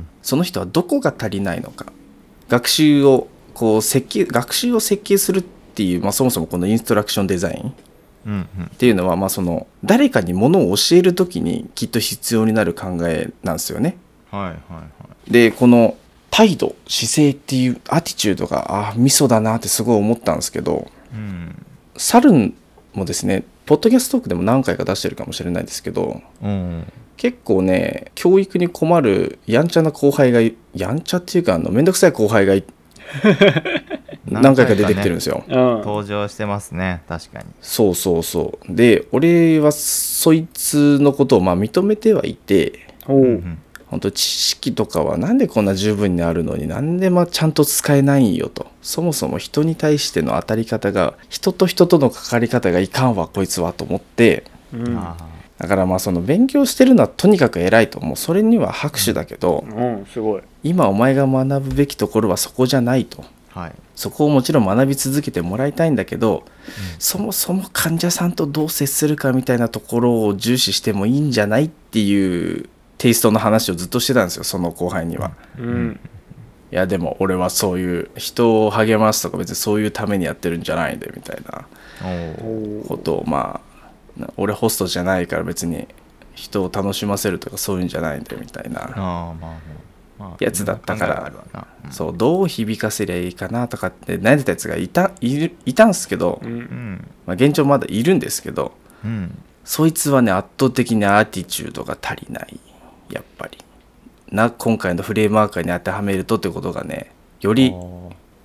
Speaker 4: ん
Speaker 1: その人はどこが足りないのか学習をこう設計学習を設計するっていう、まあ、そもそもこのインストラクションデザインっ
Speaker 4: うんうん
Speaker 1: ていうのは、まあ、その誰かにものを教える時にきっと必要になる考えなんですよね。
Speaker 4: はいはいはい
Speaker 1: でこの態度姿勢っていうアティチュードがあーミソだなってすごい思ったんですけど
Speaker 4: うん
Speaker 1: サルンもですねポッドキャストトークでも何回か出してるかもしれないですけど
Speaker 4: うん
Speaker 1: 結構ね教育に困るやんちゃな後輩がいやんちゃっていうかあのめんどくさい後輩が い何回か出てきてるんですよ、
Speaker 2: うん。
Speaker 4: 登場してますね確かに
Speaker 1: そうそうそうで俺はそいつのことをまあ認めてはいて
Speaker 2: おお
Speaker 4: う。ん
Speaker 1: 本当知識とかはなんでこんな十分にあるのになんでまあちゃんと使えないんよとそもそも人に対しての当たり方が人と人との関わり方がいかんわこいつはと思って
Speaker 2: うん。
Speaker 4: あ
Speaker 1: だからまあその勉強してるのはとにかく偉いと思うそれには拍手だけど、
Speaker 2: うん。すごい。
Speaker 1: 今お前が学ぶべきところはそこじゃないと
Speaker 4: ーはい
Speaker 1: そこをもちろん学び続けてもらいたいんだけど、そもそも患者さんとどう接するかみたいなところを重視してもいいんじゃないっていうテイストの話をずっとしてたんですよその後輩には。
Speaker 2: うん。
Speaker 1: いやでも俺はそういう人を励ますとか別にそういうためにやってるんじゃないんでみたいな
Speaker 4: お
Speaker 2: お
Speaker 4: ー
Speaker 2: お。
Speaker 1: ことをまあな俺ホストじゃないから別に人を楽しませるとかそういうんじゃないんでみたいな。
Speaker 4: ああまあまあ、まあ、
Speaker 1: やつだったから
Speaker 4: 考えはあるわなうん
Speaker 1: そうどう響かせりゃいいかなとかって悩んでたやつがいたいるいたんすけど、
Speaker 2: うん。
Speaker 4: ん
Speaker 1: まあ、現状まだいるんですけど
Speaker 4: うん
Speaker 1: そいつはね圧倒的にアーティチュードが足りないやっぱりな今回のフレームワークに当てはめるとってことがねよりい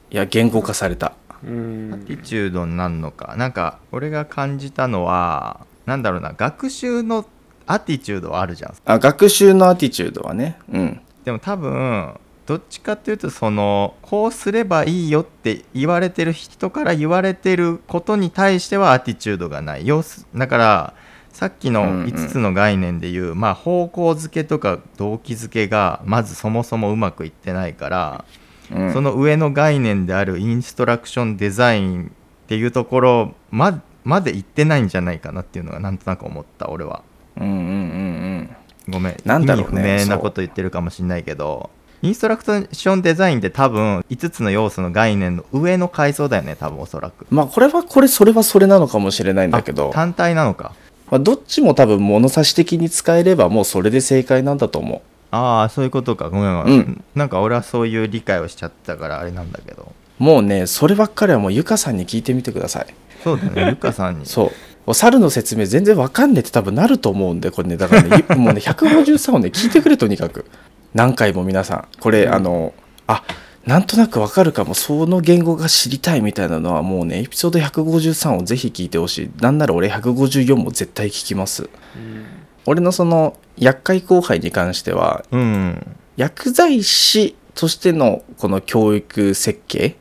Speaker 1: や言語化された
Speaker 2: う
Speaker 4: アティ
Speaker 2: ん。
Speaker 4: チュードになんのかなんか俺が感じたのはなんだろうな学習のアティチュードはあるじゃん
Speaker 1: あ学習のアーティチュードはねうん
Speaker 4: でも多分どっちかっていうとそのこうすればいいよって言われてる人から言われてることに対してはアティチュードがない要すだからさっき
Speaker 1: うんう
Speaker 4: の
Speaker 1: ん
Speaker 4: 5つの概念でいう、まあ、方向づけとか動機づけがまずそもそもうまくいってないから
Speaker 1: うん
Speaker 4: その上の概念であるインストラクションデザインっていうところままで行ってないんじゃないかなっていうのがなんとなく思った俺は
Speaker 1: うんうんうん
Speaker 4: ごめん
Speaker 1: なんだろうね
Speaker 4: 意味不明な
Speaker 1: そう
Speaker 4: こと言ってるかもしれないけどインストラクションデザインって多分5つの要素の概念の上の階層だよね多分おそらく
Speaker 1: まあこれはこれそれはそれなのかもしれないんだけど
Speaker 4: あ単体なのか
Speaker 1: まあ、どっちも多分物差し的に使えればもうそれで正解なんだと思
Speaker 4: ああそういうことかごめんごめん、
Speaker 1: うん
Speaker 4: なんか俺はそういう理解をしちゃったからあれなんだけど
Speaker 1: うもうねそればっかりはもうゆかさんに聞いてみてください
Speaker 4: そうだ ねゆかさんに
Speaker 1: そうお猿の説明全然わかんねえって多分なると思うんでこれねだからねゆもうね153をね聞いてくれとにかく何回も皆さんこれ、あのあなんとなくわかるかもその言語が知りたいみたいなのはもうねエピソード153をぜひ聞いてほしいなんなら俺154も絶対聞きます俺のその厄介後輩に関しては
Speaker 4: うん
Speaker 1: 薬剤師としてのこの教育設計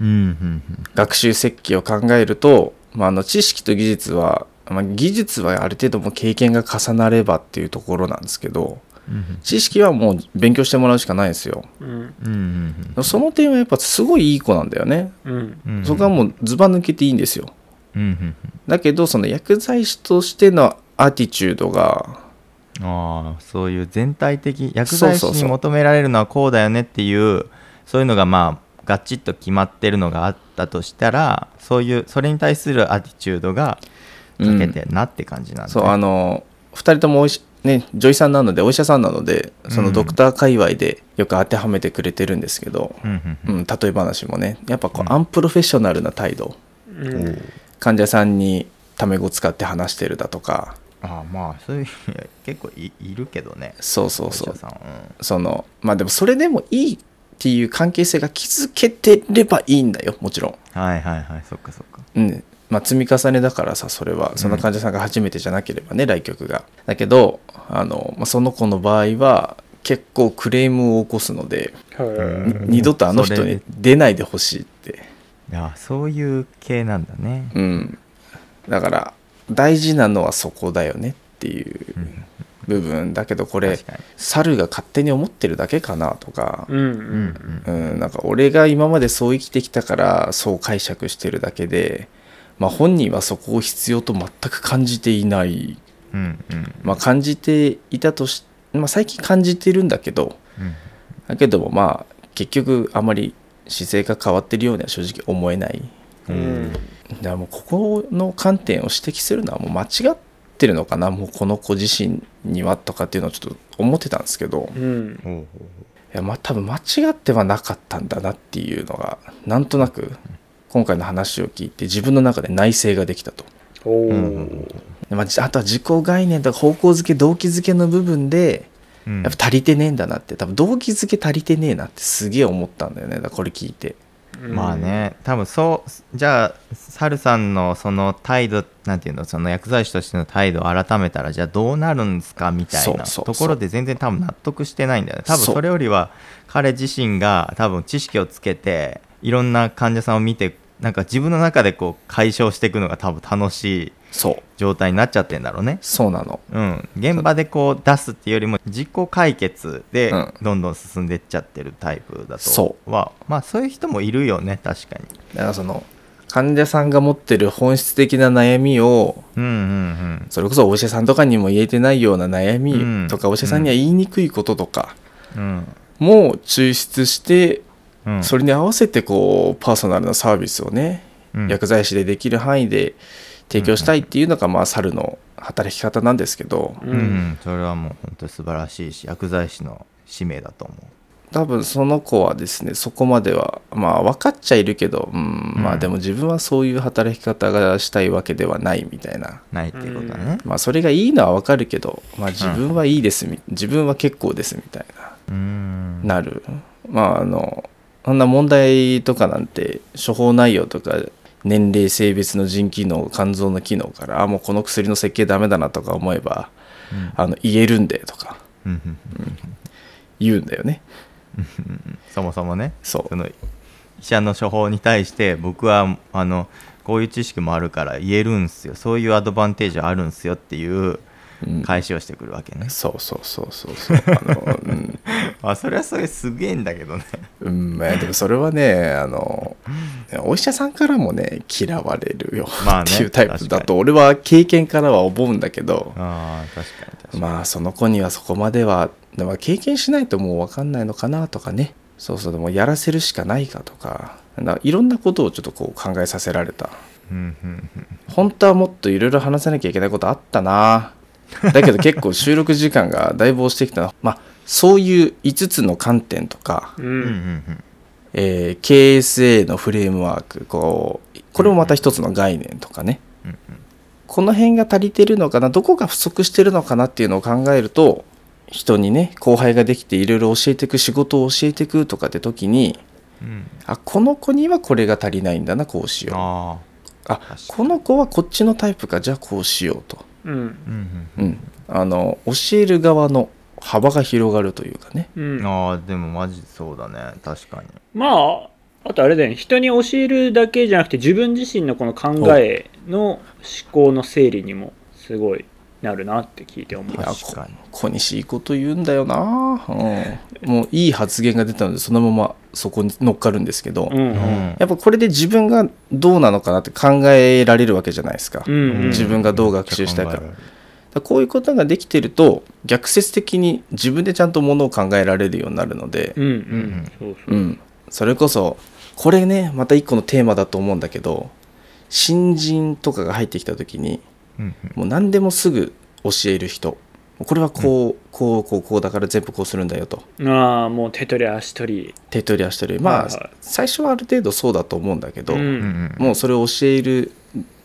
Speaker 4: うんうん
Speaker 1: 学習設計を考えると、まあ、あの知識と技術は、まあ、技術はある程度もう経験が重なればっていうところなんですけど
Speaker 4: うん
Speaker 1: 知識はもう勉強してもらうしかないんですよ
Speaker 2: うん
Speaker 4: うんうん
Speaker 1: その点はやっぱすごいいい子なんだよね
Speaker 2: うん
Speaker 4: うんうん
Speaker 1: そこはもうズバ抜けていいんですよ
Speaker 4: うんうん
Speaker 1: だけどその薬剤師としてのアティチュードが
Speaker 4: うんああそういう全体的薬剤師に求められるのはこうだよねっていうそういうのがまあガチッと決まってるのがあったとしたらそういうそれに対するアティチュードが欠けてんなって感じなんだ、ね
Speaker 1: そうあの2人ともおいしね女医さんなのでお医者さんなのでそのドクター界隈でよく当てはめてくれてるんですけど、
Speaker 4: うんうん
Speaker 1: うん例え話もねやっぱこう、アンプロフェッショナルな態度患者さんにタメ語使って話してるだとか
Speaker 4: ああまあそういういや結構いいるけどね
Speaker 1: そうそうそ
Speaker 4: お
Speaker 1: う
Speaker 4: 医者さんうん
Speaker 1: そのまあでもそれでもいいっていう関係性が築けてればいいんだよもちろん、
Speaker 4: はいはいはいそっかそっか
Speaker 1: うんまあ、積み重ねだからさそれはその患者さんが初めてじゃなければね、来局がだけどあの、まあ、その子の場合は結構クレームを起こすので、
Speaker 2: はい
Speaker 4: うん
Speaker 1: 二度とあの
Speaker 4: そ
Speaker 1: 人
Speaker 4: れ
Speaker 1: に出ないでほしいって
Speaker 4: いやそういう系なんだね
Speaker 1: うんだから大事なのはそこだよねっていう部分だけどこれ
Speaker 4: 確かに
Speaker 1: 猿が勝手に思ってるだけかなとか、
Speaker 2: うん
Speaker 4: うんうん
Speaker 1: うん、なんか俺が今までそう生きてきたからそう解釈してるだけで、まあ、本人はそこを必要と全く感じていない、
Speaker 4: うんうん
Speaker 1: まあ、感じていたとし、まあ、最近感じてるんだけど
Speaker 4: うん
Speaker 1: だけどもまあ結局あまり姿勢が変わってるようには正直思えない。
Speaker 2: うんうん
Speaker 1: だからもうここの観点を指摘するのはもう間違ってるのかなもうこの子自身にはとかっていうのはちょっと思ってたんですけど
Speaker 2: うん
Speaker 4: ほうほう
Speaker 1: いや、まあ、多分間違ってはなかったんだなっていうのがなんとなく今回の話を聞いて自分の中で内省ができたと。
Speaker 2: おお
Speaker 4: ん
Speaker 1: でまあ、じあとは自己概念とか方向づけ動機づけの部分で
Speaker 4: うん
Speaker 1: やっぱ足りてねえんだなって多分動機づけ足りてねえなってすげえ思ったんだよねだからこれ聞いて
Speaker 4: まあね多分そうじゃあサルさんのその態度なんていうのその薬剤師としての態度を改めたらじゃあどうなるんですかみたいな
Speaker 1: そうそうそう
Speaker 4: ところで全然多分納得してないんだよね多分
Speaker 1: そう
Speaker 4: それよりは彼自身が多分知識をつけていろんな患者さんを見てなんか自分の中でこう解消していくのが多分楽しい
Speaker 1: そう
Speaker 4: 状態になっちゃってんだろうね
Speaker 1: そうなの
Speaker 4: うん、現場でこう出すっていうよりも自己解決で
Speaker 1: うん
Speaker 4: どんどん進んでっちゃってるタイプだと
Speaker 1: そ
Speaker 4: は、まあそういう人もいるよね確かに
Speaker 1: だからその患者さんが持ってる本質的な悩みを
Speaker 4: うんうん
Speaker 1: それこそお医者さんとかにも言えてないような悩みとか、
Speaker 4: うん
Speaker 1: お医者さんには言いにくいこととか
Speaker 4: うん
Speaker 1: も抽出して、
Speaker 4: うんうん
Speaker 1: それに合わせてこうパーソナルなサービスをね、
Speaker 4: うん
Speaker 1: 薬剤師でできる範囲で提供したいっていうのが、まあ猿の働き方なんですけど
Speaker 2: う
Speaker 4: うん
Speaker 2: ん
Speaker 4: それはもう本当に素晴らしいし薬剤師の使命だと思
Speaker 1: 多分その子はですねそこまではまあ分かっちゃいるけど、うんま
Speaker 4: う
Speaker 1: あ
Speaker 4: ん
Speaker 1: でも自分はそういう働き方がしたいわけではないみたいな。
Speaker 4: うないっていうことだね
Speaker 1: まあそれがいいのはわかるけど、まあ、自分はいいですみ、自分は結構ですみたいな
Speaker 4: うん
Speaker 1: なるまああのあんな問題とかなんて処方内容とか年齢性別の腎機能肝臓の機能からあもうこの薬の設計ダメだなとか思えば
Speaker 4: うん
Speaker 1: あの言えるんでとか
Speaker 4: うんうん
Speaker 1: 言うんだよね
Speaker 4: そもそもね
Speaker 1: そう
Speaker 4: の医者の処方に対して僕はあのこういう知識もあるから言えるんすよそういうアドバンテージあるんすよっていう返しをしてくるわけね、
Speaker 1: そうそうそうそう そうあの、うん
Speaker 4: あそれはそれすげえんだけどね
Speaker 1: うんまあ、でもそれはねあのお医者さんからもね嫌われるよ
Speaker 4: まあ
Speaker 1: っ
Speaker 4: ね
Speaker 1: ていうタイプ
Speaker 4: 確
Speaker 1: だ
Speaker 4: か
Speaker 1: と俺は経験からは思うんだけど
Speaker 4: ああ確かに確かに、
Speaker 1: まあその子にはそこまではでも経験しないともう分かんないのかなとかねそうそうでもやらせるしかないかとかないろんなことをちょっとこう考えさせられた
Speaker 4: うんうんうん
Speaker 1: 本当はもっといろいろ話さなきゃいけないことあったなだけど結構収録時間がだいぶ押してきたなまあそういう5つの観点とか、
Speaker 2: う
Speaker 4: うんうん
Speaker 2: ん
Speaker 4: うん
Speaker 1: えー KSA のフレームワークこうこれもまた一つの概念とかね、
Speaker 4: うん
Speaker 1: この辺が足りてるのかなどこが不足してるのかなっていうのを考えると人にね後輩ができていろいろ教えていく仕事を教えていくとかって時に
Speaker 4: うん
Speaker 1: あこの子にはこれが足りないんだなこうしようあ
Speaker 4: あかに
Speaker 1: この子はこっちのタイプかじゃあこうしようと、
Speaker 2: うん
Speaker 4: あうん
Speaker 1: うん、あの教える側の幅が広がるというかね
Speaker 2: う
Speaker 4: うんんああでもマジそうだね確かに
Speaker 2: まああとあれだよね人に教えるだけじゃなくて自分自身のこの考えの思考の整理にもすごいなるなって聞いて思う
Speaker 1: いや
Speaker 4: 確かに
Speaker 1: こ小西いいこと言うんだよな、うん、もういい発言が出たのでそのままそこに乗っかるんですけど、
Speaker 2: うんう
Speaker 4: うんん
Speaker 1: やっぱこれで自分がどうなのかなって考えられるわけじゃないですか。
Speaker 2: うんうん
Speaker 1: 自分がどう学習したいか
Speaker 4: めっちゃ考
Speaker 1: だからこういうことができてると逆説的に自分でちゃんとものを考えられるようになるので、、
Speaker 2: うん
Speaker 4: ん
Speaker 2: そうそううん
Speaker 1: それこそこれねまた一個のテーマだと思うんだけど新人とかが入ってきた時に
Speaker 4: えられる
Speaker 1: もう何でもすぐ教える人これはこう、こうこうこうだから全部こうするんだよと
Speaker 2: ああもう手取り足取り
Speaker 1: 手取り足取りまあ、
Speaker 2: はいはい
Speaker 1: 最初はある程度そうだと思うんだけど、
Speaker 2: うん
Speaker 4: うんうんうん
Speaker 1: もうそれを教える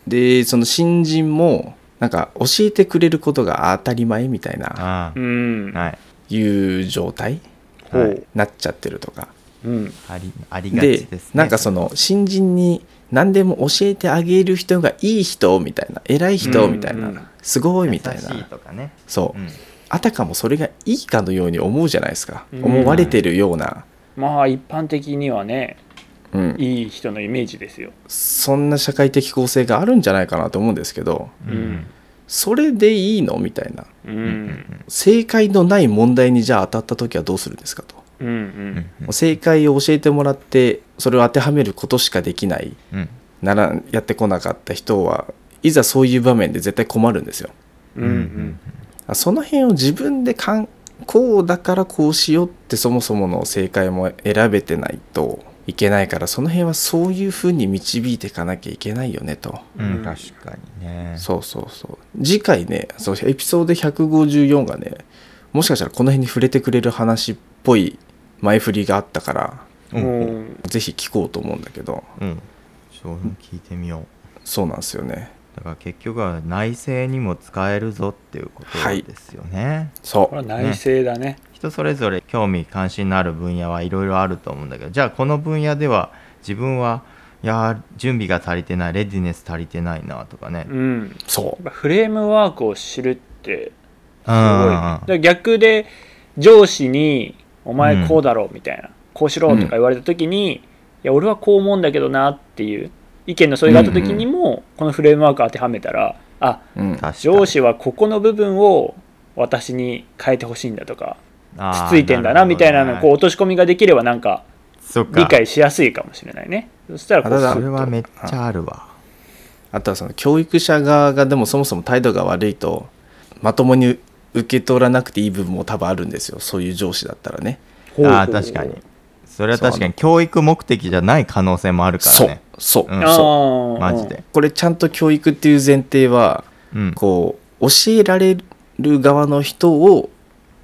Speaker 1: でその新人もなんか教えてくれることが当たり前みたいな
Speaker 4: あ
Speaker 2: うん
Speaker 4: あはい
Speaker 1: いう状態に
Speaker 2: ほう
Speaker 1: なっちゃってるとか
Speaker 2: うん
Speaker 4: ありありがち
Speaker 1: で
Speaker 4: ですね
Speaker 1: なんかその新人に何でも教えてあげる人がいい人みたいな偉い人みたい
Speaker 2: うんうん
Speaker 1: なすごい
Speaker 4: 優
Speaker 1: みたい
Speaker 4: しい
Speaker 1: な
Speaker 4: とかね
Speaker 1: そう
Speaker 4: うん
Speaker 1: あたかもそれがいいかのように思うじゃないですか
Speaker 2: うん
Speaker 1: 思われてるような
Speaker 2: まあ一般的にはね
Speaker 1: うん
Speaker 2: いい人のイメージですよ
Speaker 1: そんな社会的構成があるんじゃないかなと思うんですけど
Speaker 4: うんうん
Speaker 1: それでいいのみたいな
Speaker 2: う
Speaker 4: うん
Speaker 2: ん
Speaker 1: 正解のない問題にじゃあ当たった時はどうするんですかと、
Speaker 2: うんうん
Speaker 4: うん
Speaker 1: 正解を教えてもらってそれを当てはめることしかできない
Speaker 4: うん
Speaker 1: ならやってこなかった人はいざそういう場面で絶対困るんですよ
Speaker 2: うんうん
Speaker 1: その辺を自分でかんこうだからこうしようってそもそもの正解も選べてないといけないからその辺はそういうふうに導いていかなきゃいけないよねと、
Speaker 4: うん確かにね
Speaker 1: そうそうそう次回ねそうエピソード154がねもしかしたらこの辺に触れてくれる話っぽい前振りがあったから
Speaker 4: うんうん
Speaker 2: もう
Speaker 1: ぜひ聞こうと思うんだけど
Speaker 4: うんそういうの聞いてみよう
Speaker 1: そうなんですよね
Speaker 4: だから結局は内政にも使えるぞっていうこと
Speaker 1: はい
Speaker 4: ですよね、
Speaker 1: そ
Speaker 2: これは
Speaker 1: う
Speaker 2: 内政だね
Speaker 4: 人それぞれ興味関心のある分野はいろいろあると思うんだけどじゃあこの分野では自分はいやー準備が足りてないレディネス足りてないなとかね、うん
Speaker 2: うん
Speaker 1: そ
Speaker 2: やっぱフレームワークを知るって
Speaker 4: う
Speaker 2: すごいねだ
Speaker 4: ん
Speaker 2: から逆で上司に「お前こうだろ」うみたいな「こうしろ」とか言われた時に「いや俺はこう思うんだけどな」っていう意見の相違があった時にもこのフレームワーク当てはめたら「あ
Speaker 1: う、うん
Speaker 4: 確、かに
Speaker 2: 上司はここの部分を私に変えてほしいんだ」とか「
Speaker 4: あー
Speaker 2: つついてんだな」みたいなの
Speaker 4: る
Speaker 2: こう
Speaker 4: ほどね
Speaker 2: 落とし込みができればなんか
Speaker 4: そっか
Speaker 2: 理解しやすいかもしれないねそしたらこう
Speaker 1: あだ
Speaker 4: それ
Speaker 2: スッ
Speaker 4: は
Speaker 2: と
Speaker 4: めっちゃあるわ
Speaker 1: あとはその教育者側がでもそもそも態度が悪いとまともに受け取らなくていい部分も多分あるんですよそういう上司だったらね
Speaker 2: ほうほう
Speaker 4: あー確かにそれは確かに教育目的じゃない可能性もあるからね
Speaker 1: そうそう、
Speaker 4: うん
Speaker 2: あ
Speaker 1: そう
Speaker 2: ー
Speaker 4: マジで
Speaker 1: これちゃんと教育っていう前提は
Speaker 4: うん
Speaker 1: こう教えられる側の人を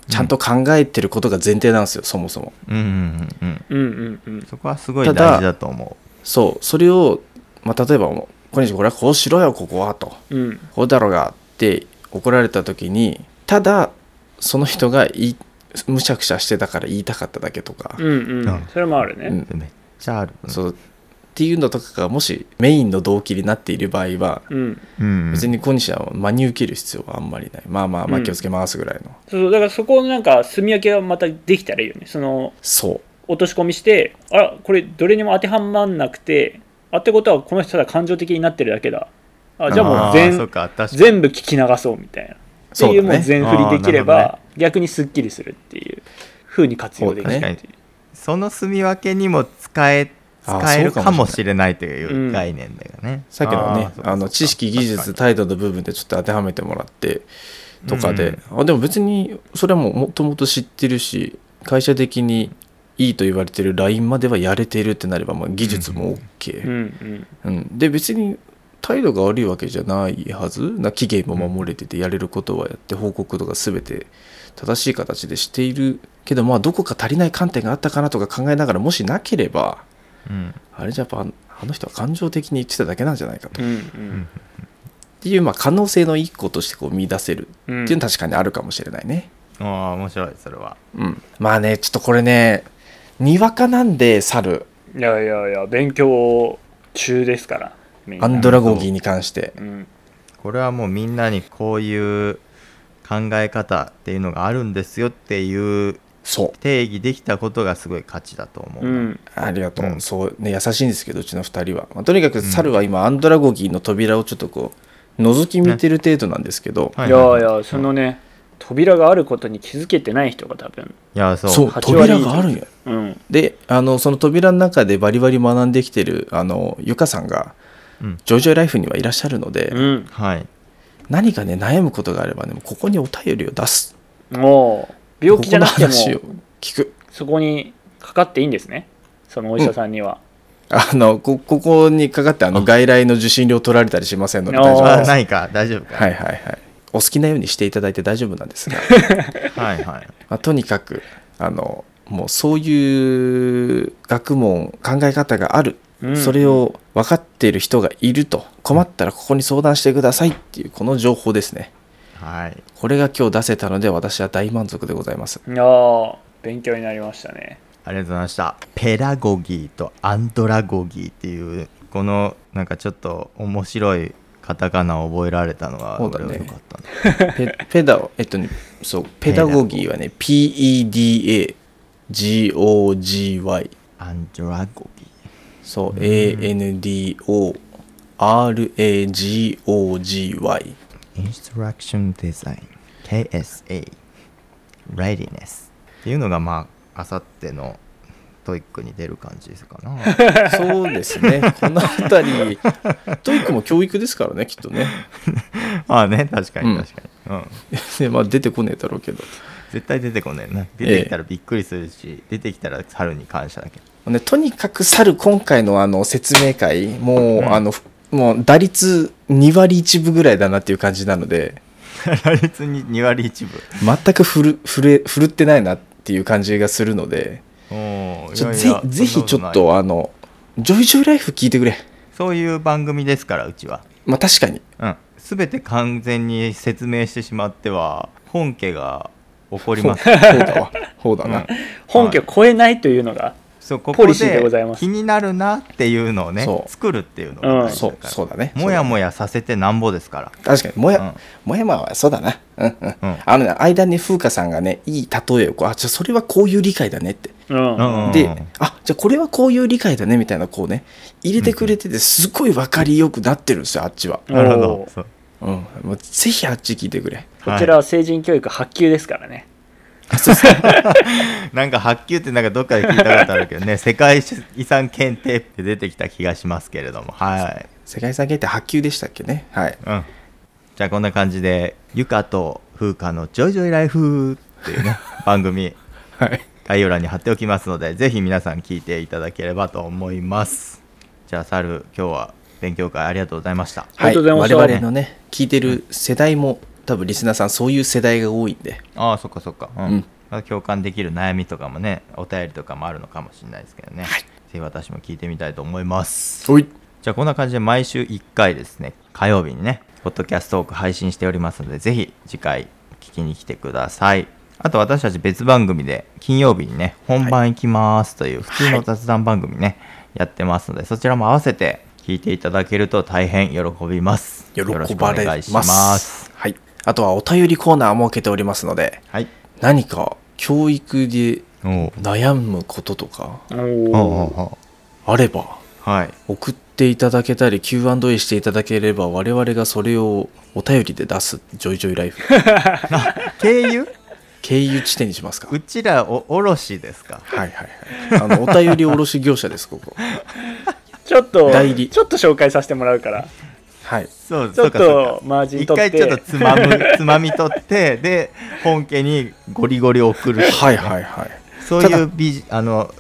Speaker 1: ちゃんと考えてることが前提なんですよ、そもそも
Speaker 4: うんうんうんう
Speaker 2: う
Speaker 4: ん
Speaker 2: んうんうん
Speaker 4: そこはすごい大
Speaker 1: ただ
Speaker 4: 事だと思
Speaker 1: そうそれを、まあ、例えばもう「小西これはこうしろよここは」と
Speaker 2: うん
Speaker 1: 「こうだろうが」って怒られた時にただその人が言いむしゃくしゃしてたから言いたかっただけとか、
Speaker 2: うんうんそれもあるね、
Speaker 1: うん
Speaker 4: うめっちゃある
Speaker 1: そうっていうのとかがもしメインの動機になっている場合は
Speaker 2: うん、
Speaker 4: うん
Speaker 1: 別に小西は真に受ける必要はあんまりないまあまあまあ気をつけますぐらいの、
Speaker 2: そうそうだからそこのなんか住み分けがまたできたらいいよねその
Speaker 1: そう
Speaker 2: 落とし込みしてあらこれどれにも当てはまんなくてあってことはこの人ただ感情的になってるだけだあじゃあもう
Speaker 4: ー
Speaker 2: 全
Speaker 4: そうか確かに
Speaker 2: 全部聞き流そうみたいなっていうもう
Speaker 1: そうだ
Speaker 2: 全
Speaker 1: ね
Speaker 2: 振りできれ
Speaker 4: あーなるほ
Speaker 2: ば、逆にスッキリするっていう風に活用できる
Speaker 1: そう
Speaker 2: っ
Speaker 1: だ
Speaker 4: ね
Speaker 2: ていう。
Speaker 4: その住み分けにも使え
Speaker 1: あ
Speaker 4: 使える
Speaker 1: そう
Speaker 4: か
Speaker 1: かも
Speaker 4: も
Speaker 1: し
Speaker 4: しれないと
Speaker 2: う
Speaker 4: い
Speaker 2: ん
Speaker 4: う概念だよね。
Speaker 1: さっきのね
Speaker 4: ーそうか
Speaker 1: あの知識技術態度の部分でちょっと当てはめてもらってとかで、あでも別にそれはもうもともと知ってるし会社的にいいと言われてるラインまではやれてるってなれば、まあ、技術も OK、
Speaker 2: う
Speaker 1: うんん
Speaker 2: うん。
Speaker 1: で別に態度が悪いわけじゃないはずな期限も守れててやれることはやって報告とか全て正しい形でしているけどまあどこか足りない観点があったかなとか考えながらもしなければ
Speaker 4: うん
Speaker 1: あれじゃやっぱあの人は感情的に言ってただけなんじゃないかと
Speaker 2: うん
Speaker 1: っていうまあ可能性の一個としてこう見出せるっ
Speaker 2: うん。
Speaker 1: ていうのは確かにあるかもしれないね。
Speaker 4: ああ面白いそれは。
Speaker 1: うん、まあねちょっとこれねにわかなんで猿
Speaker 2: いやいやいや、勉強中ですから。みんな
Speaker 1: アンドラゴギーに関して
Speaker 2: うん。
Speaker 4: これはもうみんなにこういう考え方っていうのがあるんですよっていう
Speaker 1: そう
Speaker 4: 定義できたことがすごい価値だと思う
Speaker 2: う
Speaker 4: な。
Speaker 2: ん。
Speaker 1: ありがとう、
Speaker 4: うん
Speaker 1: そうね優しいんですけどうちの2人は、まあとにかく猿は今アンドラゴギーの扉をちょっとこう覗き見てる程度なんですけど、
Speaker 4: はいい
Speaker 2: や
Speaker 4: はい
Speaker 2: や、そのね、扉があることに気づけてない人が多分。
Speaker 4: いやそう
Speaker 1: そう
Speaker 2: 8割
Speaker 1: 扉があるんや
Speaker 2: うん。
Speaker 1: であのその扉の中でバリバリ学んできてるあのゆかさんが
Speaker 4: うん
Speaker 1: ジョイジョイライフにはいらっしゃるので、
Speaker 2: うん。
Speaker 4: はい。
Speaker 1: 何かね悩むことがあればねもうここにお便りを出す
Speaker 2: もう、病気じゃなくても
Speaker 1: ここの話を、聞く
Speaker 2: そこにかかっていいんですね。そのお医者さんには。
Speaker 1: あのこここにかかってあの外来の受信料取られたりしませんので
Speaker 2: あ
Speaker 1: 大丈夫
Speaker 4: あ
Speaker 1: です。
Speaker 4: ないか大丈 夫か。
Speaker 1: はいはいはい。お好きなようにしていただいて大丈夫なんですが、
Speaker 4: はいはい。
Speaker 1: まあ、とにかくあのもうそういう学問考え方がある、
Speaker 2: うん
Speaker 1: それを分かっている人がいると困ったらここに相談してくださいっていうこの情報ですね
Speaker 4: はい。
Speaker 1: これが今日出せたので私は大満足でございます
Speaker 2: いやー勉強になりましたね。
Speaker 4: ありがとうございました。ペラゴギーとアンドラゴギーっていうこのなんかちょっと面白いカタカナを覚えられたのが
Speaker 1: そうだ
Speaker 4: 俺
Speaker 1: ね
Speaker 4: は良かったね。
Speaker 1: ペペダえっとねそうペダゴギーはね PEDAGOGY
Speaker 4: アンドラゴギー。
Speaker 1: そう、ANDORAGOGY
Speaker 4: インストラクションデザイン KSA Readiness っていうのがまああさってのトイックに出る感じですか な
Speaker 1: そうですねこのあたりトイックも教育ですからねきっとね
Speaker 4: まあね確か
Speaker 1: う
Speaker 4: に
Speaker 1: ん
Speaker 4: 確かに、うん
Speaker 1: でまあ出てこねえだろうけど、
Speaker 4: 絶対出てこねえな
Speaker 1: え
Speaker 4: 出てきたらびっくりするし、出てきたら猿に感謝だけど
Speaker 1: ね、とにかく猿今回のあの説明会もう、
Speaker 4: うん
Speaker 1: あのもう打率2割1分ぐらいだなっていう感じなので
Speaker 4: 来月に2割1
Speaker 1: 全く振る振れ振るってないなっていう感じがするので
Speaker 4: 分おー
Speaker 1: ちょ
Speaker 4: いやい
Speaker 1: ぜ
Speaker 4: や
Speaker 1: ぜひち
Speaker 4: そん
Speaker 1: ょっ
Speaker 4: なこない
Speaker 1: とあのジョイジョイライフ聞いてくれ
Speaker 4: そういう番組ですからうちは
Speaker 1: まあ確かに
Speaker 4: うん全て完全に説明してしまっては本家が怒ります
Speaker 1: ほうだわほうだな、
Speaker 4: うん
Speaker 2: 本家を超えないというのが、
Speaker 4: そうこ
Speaker 2: ポ
Speaker 4: こ
Speaker 2: リシーでござい
Speaker 4: で
Speaker 2: ます
Speaker 4: 気になるなっていうのをね
Speaker 1: そう
Speaker 4: 作るっていうのが大事
Speaker 1: そ
Speaker 4: だ
Speaker 1: う
Speaker 4: から
Speaker 1: そうだね
Speaker 4: もやもやさせてなんぼですから
Speaker 1: 確かにもや、
Speaker 4: うん
Speaker 1: もやまはそうだなうんうん、
Speaker 4: うん
Speaker 1: あのね間に風花さんがねいい例えをこうあじゃあそれはこういう理解だねって、
Speaker 2: うん
Speaker 4: うん
Speaker 1: であじゃあこれはこういう理解だねみたいなこうね入れてくれててすごい分かりよくなってるんですよあっちは、
Speaker 2: うん
Speaker 4: なるほ
Speaker 2: お
Speaker 4: ど
Speaker 2: ー
Speaker 4: そう
Speaker 1: うん、もうぜひあっち聞いてくれ
Speaker 2: こちらは成人教育発給ですからね。
Speaker 4: なんか発給ってなんかどっかで聞いたことあるけどね 世界遺産検定って出てきた気がしますけれどもはい、
Speaker 1: 世界遺産検定発給でしたっけねはい
Speaker 4: うん、じゃあこんな感じで「ゆかと風花のジョイジョイライフ」っていうね番組
Speaker 1: はい
Speaker 4: 概要欄に貼っておきますのでぜひ皆さん聞いていただければと思いますじゃあ猿今日は勉強会ありがとうございました
Speaker 2: ありがとうございま
Speaker 1: 我
Speaker 2: した
Speaker 1: 々のね聞いてる世代も多分リスナーさんそういう世代が多いんで
Speaker 4: ああそっかそっかうん、
Speaker 1: うん
Speaker 4: まあ共感できる悩みとかもねお便りとかもあるのかもしれないですけどね、ぜひ私も聞いてみたいと思います
Speaker 1: はい
Speaker 4: じゃあこんな感じで毎週1回ですね火曜日にねポッドキャストトーク配信しておりますのでぜひ次回聞きに来てくださいあと私たち別番組で金曜日にね本番行きますという普通の雑談番組ね、やってますのでそちらも合わせて聞いていただけると大変喜びます
Speaker 1: 喜
Speaker 4: よろしくお
Speaker 1: ばれ
Speaker 4: 願
Speaker 1: ま
Speaker 4: い
Speaker 1: す
Speaker 4: します
Speaker 1: はい、あとはお便りコーナー設けておりますので
Speaker 4: はい
Speaker 1: 何か教育で
Speaker 4: おう
Speaker 1: 悩むこととか
Speaker 2: お
Speaker 4: おう
Speaker 2: ー
Speaker 4: おうおう
Speaker 1: あれば
Speaker 4: はい
Speaker 1: 送っっていただけたり Q&A していただければ我々がそれをお便りで出すジョイジョイライフ
Speaker 4: 経由
Speaker 1: 経由地点にしますかは
Speaker 4: うちらお卸ですか
Speaker 1: いはいはいあのお便り卸業者ですここ
Speaker 2: ちょっと
Speaker 1: 代理
Speaker 2: ちょっと紹介させてもらうから
Speaker 1: はい
Speaker 4: そう
Speaker 2: ちょっ
Speaker 4: そうかそう
Speaker 2: と
Speaker 4: か
Speaker 2: マージン
Speaker 4: 一
Speaker 2: 取っ
Speaker 4: 回
Speaker 2: て
Speaker 4: ちょっとつまむ つまみ取ってで本家にゴリゴリ送る
Speaker 1: はいはいはい
Speaker 4: そういうビジあの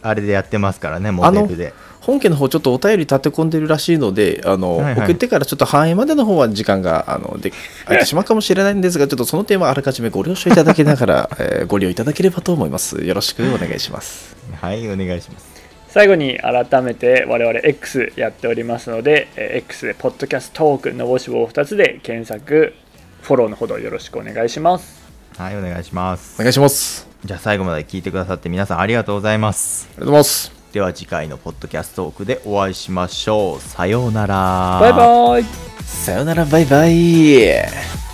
Speaker 4: あれでやってますからねモデルで
Speaker 1: 本家の方ちょっとお便り立て込んでるらしいのであの、
Speaker 4: はいはい
Speaker 1: 送ってからちょっと範囲までの方は時間があので空いてしまうかもしれないんですがちょっとその点はあらかじめご了承いただきなが ら、えーご利用いただければと思いますよろしくお願いします
Speaker 4: はいお願いします
Speaker 2: 最後に改めて我々 X やっておりますのでえー X で「ポッドキャストトーク」のぼし棒2つで検索フォローのほどよろしくお願いします
Speaker 4: はいお願いします
Speaker 1: お願いします
Speaker 4: じゃあ最後まで聞いてくださって皆さんありがとうございます
Speaker 1: ありがとうございます
Speaker 4: では次回のポッドキャストトークでお会いしましょうさようなら
Speaker 2: バイバイ
Speaker 1: さよならバイバイ